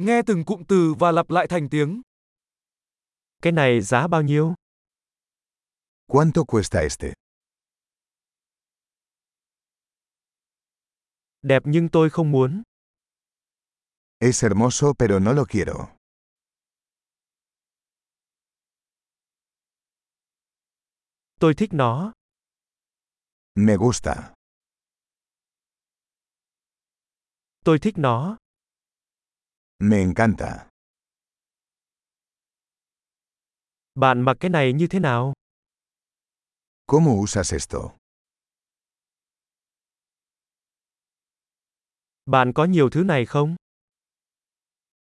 Nghe từng cụm từ và lặp lại thành tiếng. Cái này giá bao nhiêu? ¿Cuánto cuesta este? Đẹp nhưng tôi không muốn. Es hermoso pero no lo quiero. Tôi thích nó. Me gusta. Tôi thích nó. Me encanta. Bạn mặc cái này như thế nào? ¿Cómo usas esto? Bạn có nhiều thứ này không?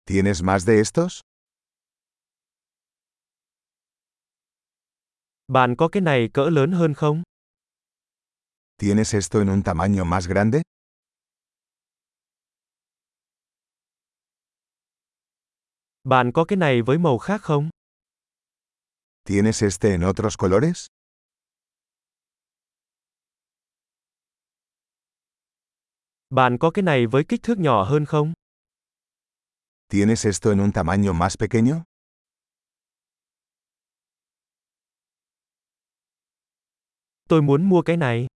¿Tienes más de estos? Bạn có cái này cỡ lớn hơn không? ¿Tienes esto en un tamaño más grande? Bạn có cái này với màu khác không? ¿Tienes este en otros colores? Bạn có cái này với kích thước nhỏ hơn không? ¿Tienes esto en un tamaño más pequeño? Tôi muốn mua cái này.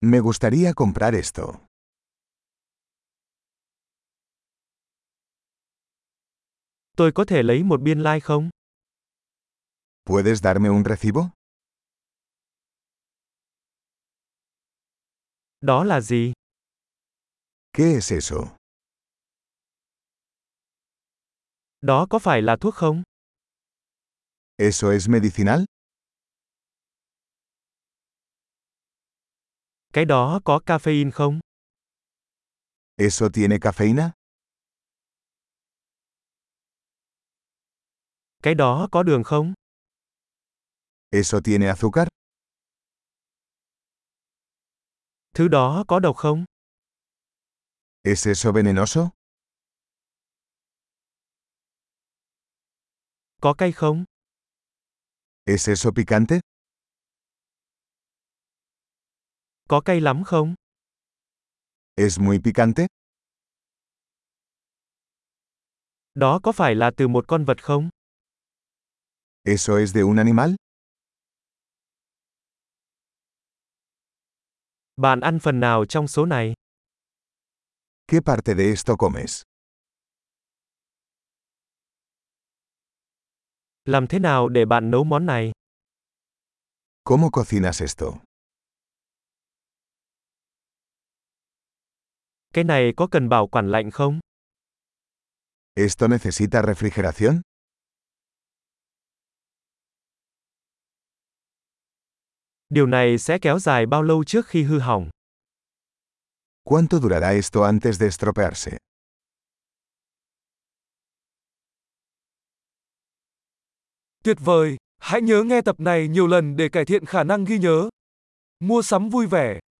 Me gustaría comprar esto. Tôi có thể lấy một biên lai like không? ¿Puedes darme un recibo? Đó là gì? ¿Qué es eso? Đó có phải là thuốc không? ¿Eso es medicinal? Cái đó có caffeine không? ¿Eso tiene cafeína? Cái đó có đường không? ¿Eso tiene azúcar? Thứ đó có độc không? ¿Es eso venenoso? Có cay không? ¿Es eso picante? Có cay lắm không? ¿Es muy picante? Đó có phải là từ một con vật không? ¿Eso es de un animal? Bạn ăn phần nào trong số này? ¿Qué parte de esto comes? Làm thế nào để bạn nấu món này? ¿Cómo cocinas esto? Cái này có cần bảo quản lạnh không? ¿Esto necesita refrigeración? Điều này sẽ kéo dài bao lâu trước khi hư hỏng? ¿Cuánto durará esto antes de estropearse? Tuyệt vời! Hãy nhớ nghe tập này nhiều lần để cải thiện khả năng ghi nhớ. Mua sắm vui vẻ!